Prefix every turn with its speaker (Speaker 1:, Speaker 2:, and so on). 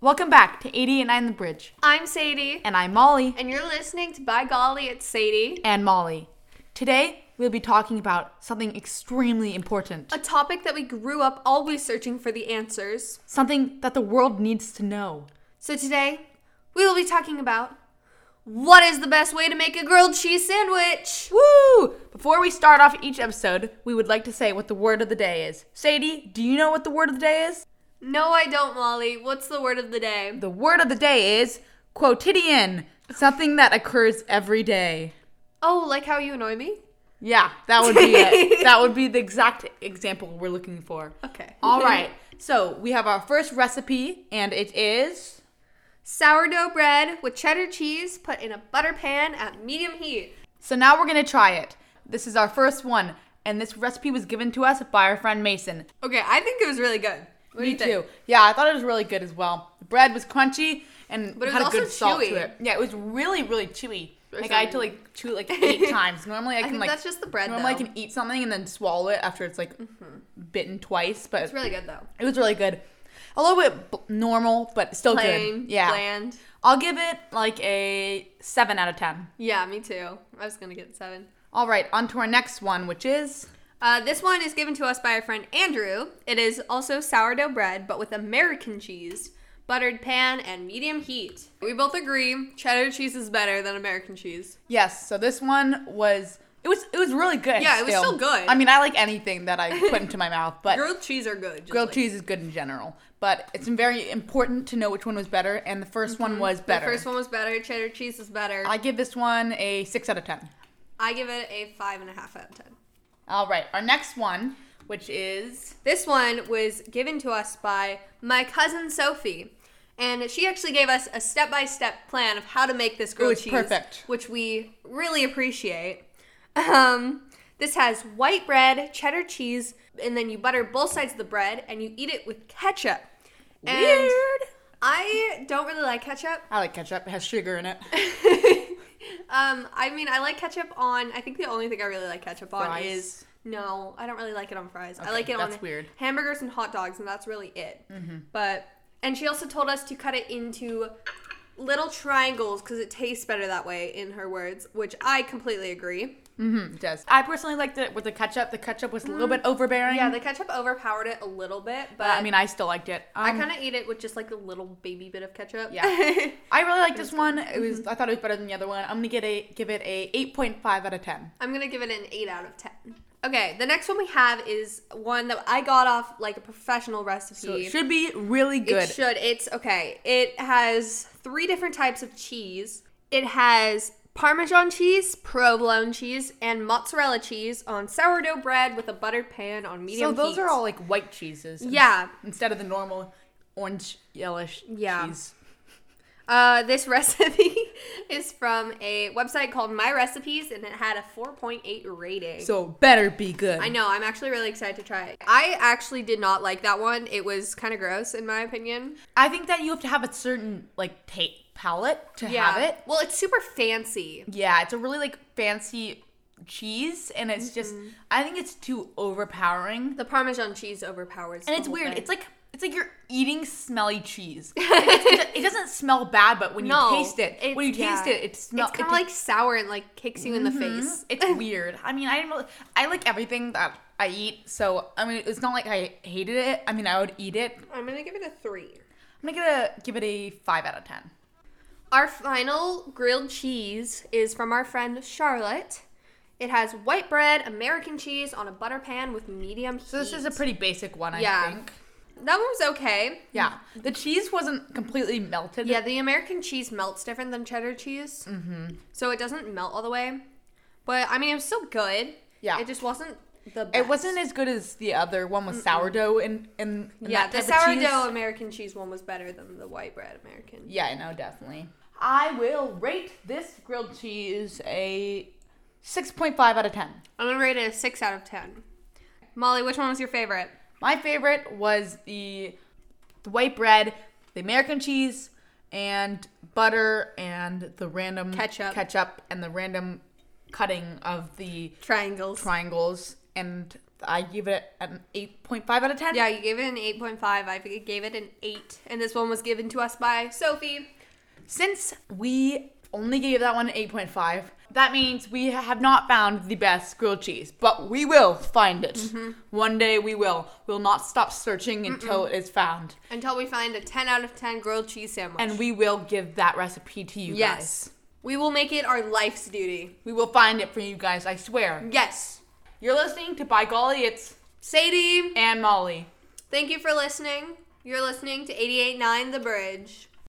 Speaker 1: Welcome back to 889 The Bridge.
Speaker 2: I'm Sadie,
Speaker 1: And I'm Molly.
Speaker 2: and you're listening to By Golly, it's Sadie,
Speaker 1: And Molly. Today, we'll be talking about something extremely important.
Speaker 2: a topic that we grew up always searching for the answers.
Speaker 1: Something that the world needs to know.
Speaker 2: So today, we will be talking about what is the best way to make a grilled cheese sandwich?
Speaker 1: Woo! Before we start off each episode, we would like to say what the word of the day is. Sadie, do you know what the word of the day is?
Speaker 2: No, I don't, Molly. What's the word of the day?
Speaker 1: The word of the day is quotidian, something that occurs every day.
Speaker 2: Oh, like how you annoy me?
Speaker 1: Yeah, that would be it. that would be the exact example we're looking for.
Speaker 2: Okay.
Speaker 1: All right. So, we have our first recipe and it is
Speaker 2: Sourdough bread with cheddar cheese put in a butter pan at medium heat.
Speaker 1: So now we're gonna try it. This is our first one, and this recipe was given to us by our friend Mason.
Speaker 2: Okay, I think it was really good. What do
Speaker 1: Me
Speaker 2: you think?
Speaker 1: too. Yeah, I thought it was really good as well. The bread was crunchy and
Speaker 2: But it
Speaker 1: had
Speaker 2: was
Speaker 1: a good
Speaker 2: also
Speaker 1: salt to
Speaker 2: chewy.
Speaker 1: it. Yeah, it was really, really chewy.
Speaker 2: Or
Speaker 1: like I had to
Speaker 2: something.
Speaker 1: like chew it like eight times. Normally I can
Speaker 2: think
Speaker 1: like
Speaker 2: that's just the bread,
Speaker 1: Normally
Speaker 2: though. Mm-hmm.
Speaker 1: I can eat something and then swallow it after it's like bitten twice. But
Speaker 2: It's really good though.
Speaker 1: it was really good. A little bit b- normal, but still
Speaker 2: Plain,
Speaker 1: good. Yeah,
Speaker 2: bland.
Speaker 1: I'll give it like a seven out of ten.
Speaker 2: Yeah, me too. I was gonna get seven.
Speaker 1: All right, on to our next one, which is
Speaker 2: Uh, this one is given to us by our friend Andrew. It is also sourdough bread, but with American cheese, buttered pan, and medium heat. We both agree cheddar cheese is better than American cheese.
Speaker 1: Yes. So this one was it was it was really good.
Speaker 2: Yeah, it was still good.
Speaker 1: I mean, I like anything that I put into my mouth, but
Speaker 2: Grilled cheese are good. just
Speaker 1: grilled
Speaker 2: like-
Speaker 1: cheese is good in general. But it's very important to know which one was better, and the 1st one was
Speaker 2: Mm-hmm. The
Speaker 1: better.
Speaker 2: first one was better. Cheddar cheese is better.
Speaker 1: I give this one a six out of ten.
Speaker 2: I give it a five and a half out of ten.
Speaker 1: All right, our next one, which is
Speaker 2: This one was given to us by my cousin Sophie, and she actually gave us a step-by-step plan of how to make this grilled
Speaker 1: was
Speaker 2: cheese,
Speaker 1: perfect.
Speaker 2: which we really appreciate. Um, this has white bread, cheddar cheese, and then you butter both sides of the bread, and you eat it with ketchup. And
Speaker 1: weird.
Speaker 2: I don't really like ketchup.
Speaker 1: I like ketchup. It has sugar in it.
Speaker 2: Um, I mean, I like ketchup on. I think the only thing I really like ketchup on
Speaker 1: Fries?
Speaker 2: is no. I don't really like it on fries. I
Speaker 1: Okay,
Speaker 2: like it
Speaker 1: that's
Speaker 2: on
Speaker 1: weird. Mm-hmm.
Speaker 2: hamburgers and hot dogs, and that's really it. But and she also told us to cut it into little triangles because it tastes better that way, in her words, which I completely agree.
Speaker 1: Mm, it does. I personally liked it with the ketchup. The ketchup was a little bit overbearing.
Speaker 2: Mm-hmm. Yeah, the ketchup overpowered it a little bit, but
Speaker 1: I mean, I still liked it.
Speaker 2: I
Speaker 1: Um,
Speaker 2: kind of eat it with just like a little baby bit of ketchup.
Speaker 1: Yeah. I really like this one. It was
Speaker 2: Mm-hmm.
Speaker 1: I thought it was better than the other one. I'm gonna get a give it a 8.5 out of 10.
Speaker 2: I'm gonna give it an eight out of ten. Okay, the next one we have is one that I got off like a professional recipe.
Speaker 1: So it should be really good.
Speaker 2: It should. It's okay. It has three different types of cheese. It has Parmesan cheese, provolone cheese, and mozzarella cheese on sourdough bread with a buttered pan on
Speaker 1: so
Speaker 2: medium heat.
Speaker 1: those are all like white cheeses. ins-
Speaker 2: Yeah.
Speaker 1: Instead of the normal orange yellowish
Speaker 2: Yeah.
Speaker 1: cheese.
Speaker 2: Uh, this recipe is from a website called My Recipes, and it had a 4.8 rating.
Speaker 1: So better be good.
Speaker 2: I know. I'm actually really excited to try it. I actually did not like that one. It was kind of gross, in my opinion.
Speaker 1: I think that you have to have a certain like tape palette to have it.
Speaker 2: Well, it's super fancy.
Speaker 1: Yeah, it's a really like fancy cheese and it's just
Speaker 2: Mm-hmm.
Speaker 1: I think it's too overpowering.
Speaker 2: The Parmesan cheese overpowers.
Speaker 1: and it's weird. It's like it's like you're eating smelly cheese. Like, it's- it doesn't smell bad, but when you
Speaker 2: No,
Speaker 1: taste it, when you
Speaker 2: it's-
Speaker 1: taste
Speaker 2: yeah.
Speaker 1: it, Mm-hmm. it smells.
Speaker 2: it's kind of like sour and like kicks you in the face.
Speaker 1: it's weird. I mean, I didn't. Really, I like everything that I eat, so I mean, it's not like I hated it. I mean, I would eat it. I'm
Speaker 2: I'm gonna give it a three.
Speaker 1: gonna get a, give it a five out of ten.
Speaker 2: Our final grilled cheese is from our friend Charlotte. It has white bread, American cheese on a butter pan with medium heat.
Speaker 1: So this is a pretty basic one, I
Speaker 2: Yeah.
Speaker 1: think.
Speaker 2: that one was okay.
Speaker 1: Yeah, the cheese wasn't completely melted.
Speaker 2: Yeah, the American cheese melts different than cheddar cheese, mm-hmm. so it doesn't melt all the way. But I mean, it was still good.
Speaker 1: Yeah.
Speaker 2: it just wasn't the. Best.
Speaker 1: It wasn't as good as the other one with sourdough and and and
Speaker 2: Yeah,
Speaker 1: that
Speaker 2: the
Speaker 1: type of cheese.
Speaker 2: sourdough American cheese one was better than the white bread American.
Speaker 1: Yeah, I know, definitely. I will rate this grilled cheese a 6.5 out of 10.
Speaker 2: I'm gonna rate it a six out of ten. Molly, which one was your favorite?
Speaker 1: My favorite was the, the white bread, the American cheese, and butter, and the random
Speaker 2: Ketchup.
Speaker 1: ketchup and the random cutting of the
Speaker 2: Triangles.
Speaker 1: triangles and I give it an 8.5 out of 10.
Speaker 2: Yeah, you gave it an 8.5. I gave it an 8. And this one was given to us by Sophie.
Speaker 1: Since we only gave that one an 8.5, that means we have not found the best grilled cheese, but we will find it.
Speaker 2: Mm-hmm.
Speaker 1: One day we will. We'll not stop searching until it is found.
Speaker 2: Until we find a 10 out of 10 grilled cheese sandwich.
Speaker 1: And we will give that recipe to you
Speaker 2: yes.
Speaker 1: guys.
Speaker 2: We will make it our life's duty.
Speaker 1: We will find it for you guys, I swear.
Speaker 2: Yes.
Speaker 1: You're listening to By Golly, it's
Speaker 2: Sadie,
Speaker 1: Ann Molly.
Speaker 2: thank you for listening. You're listening to 889 The Bridge.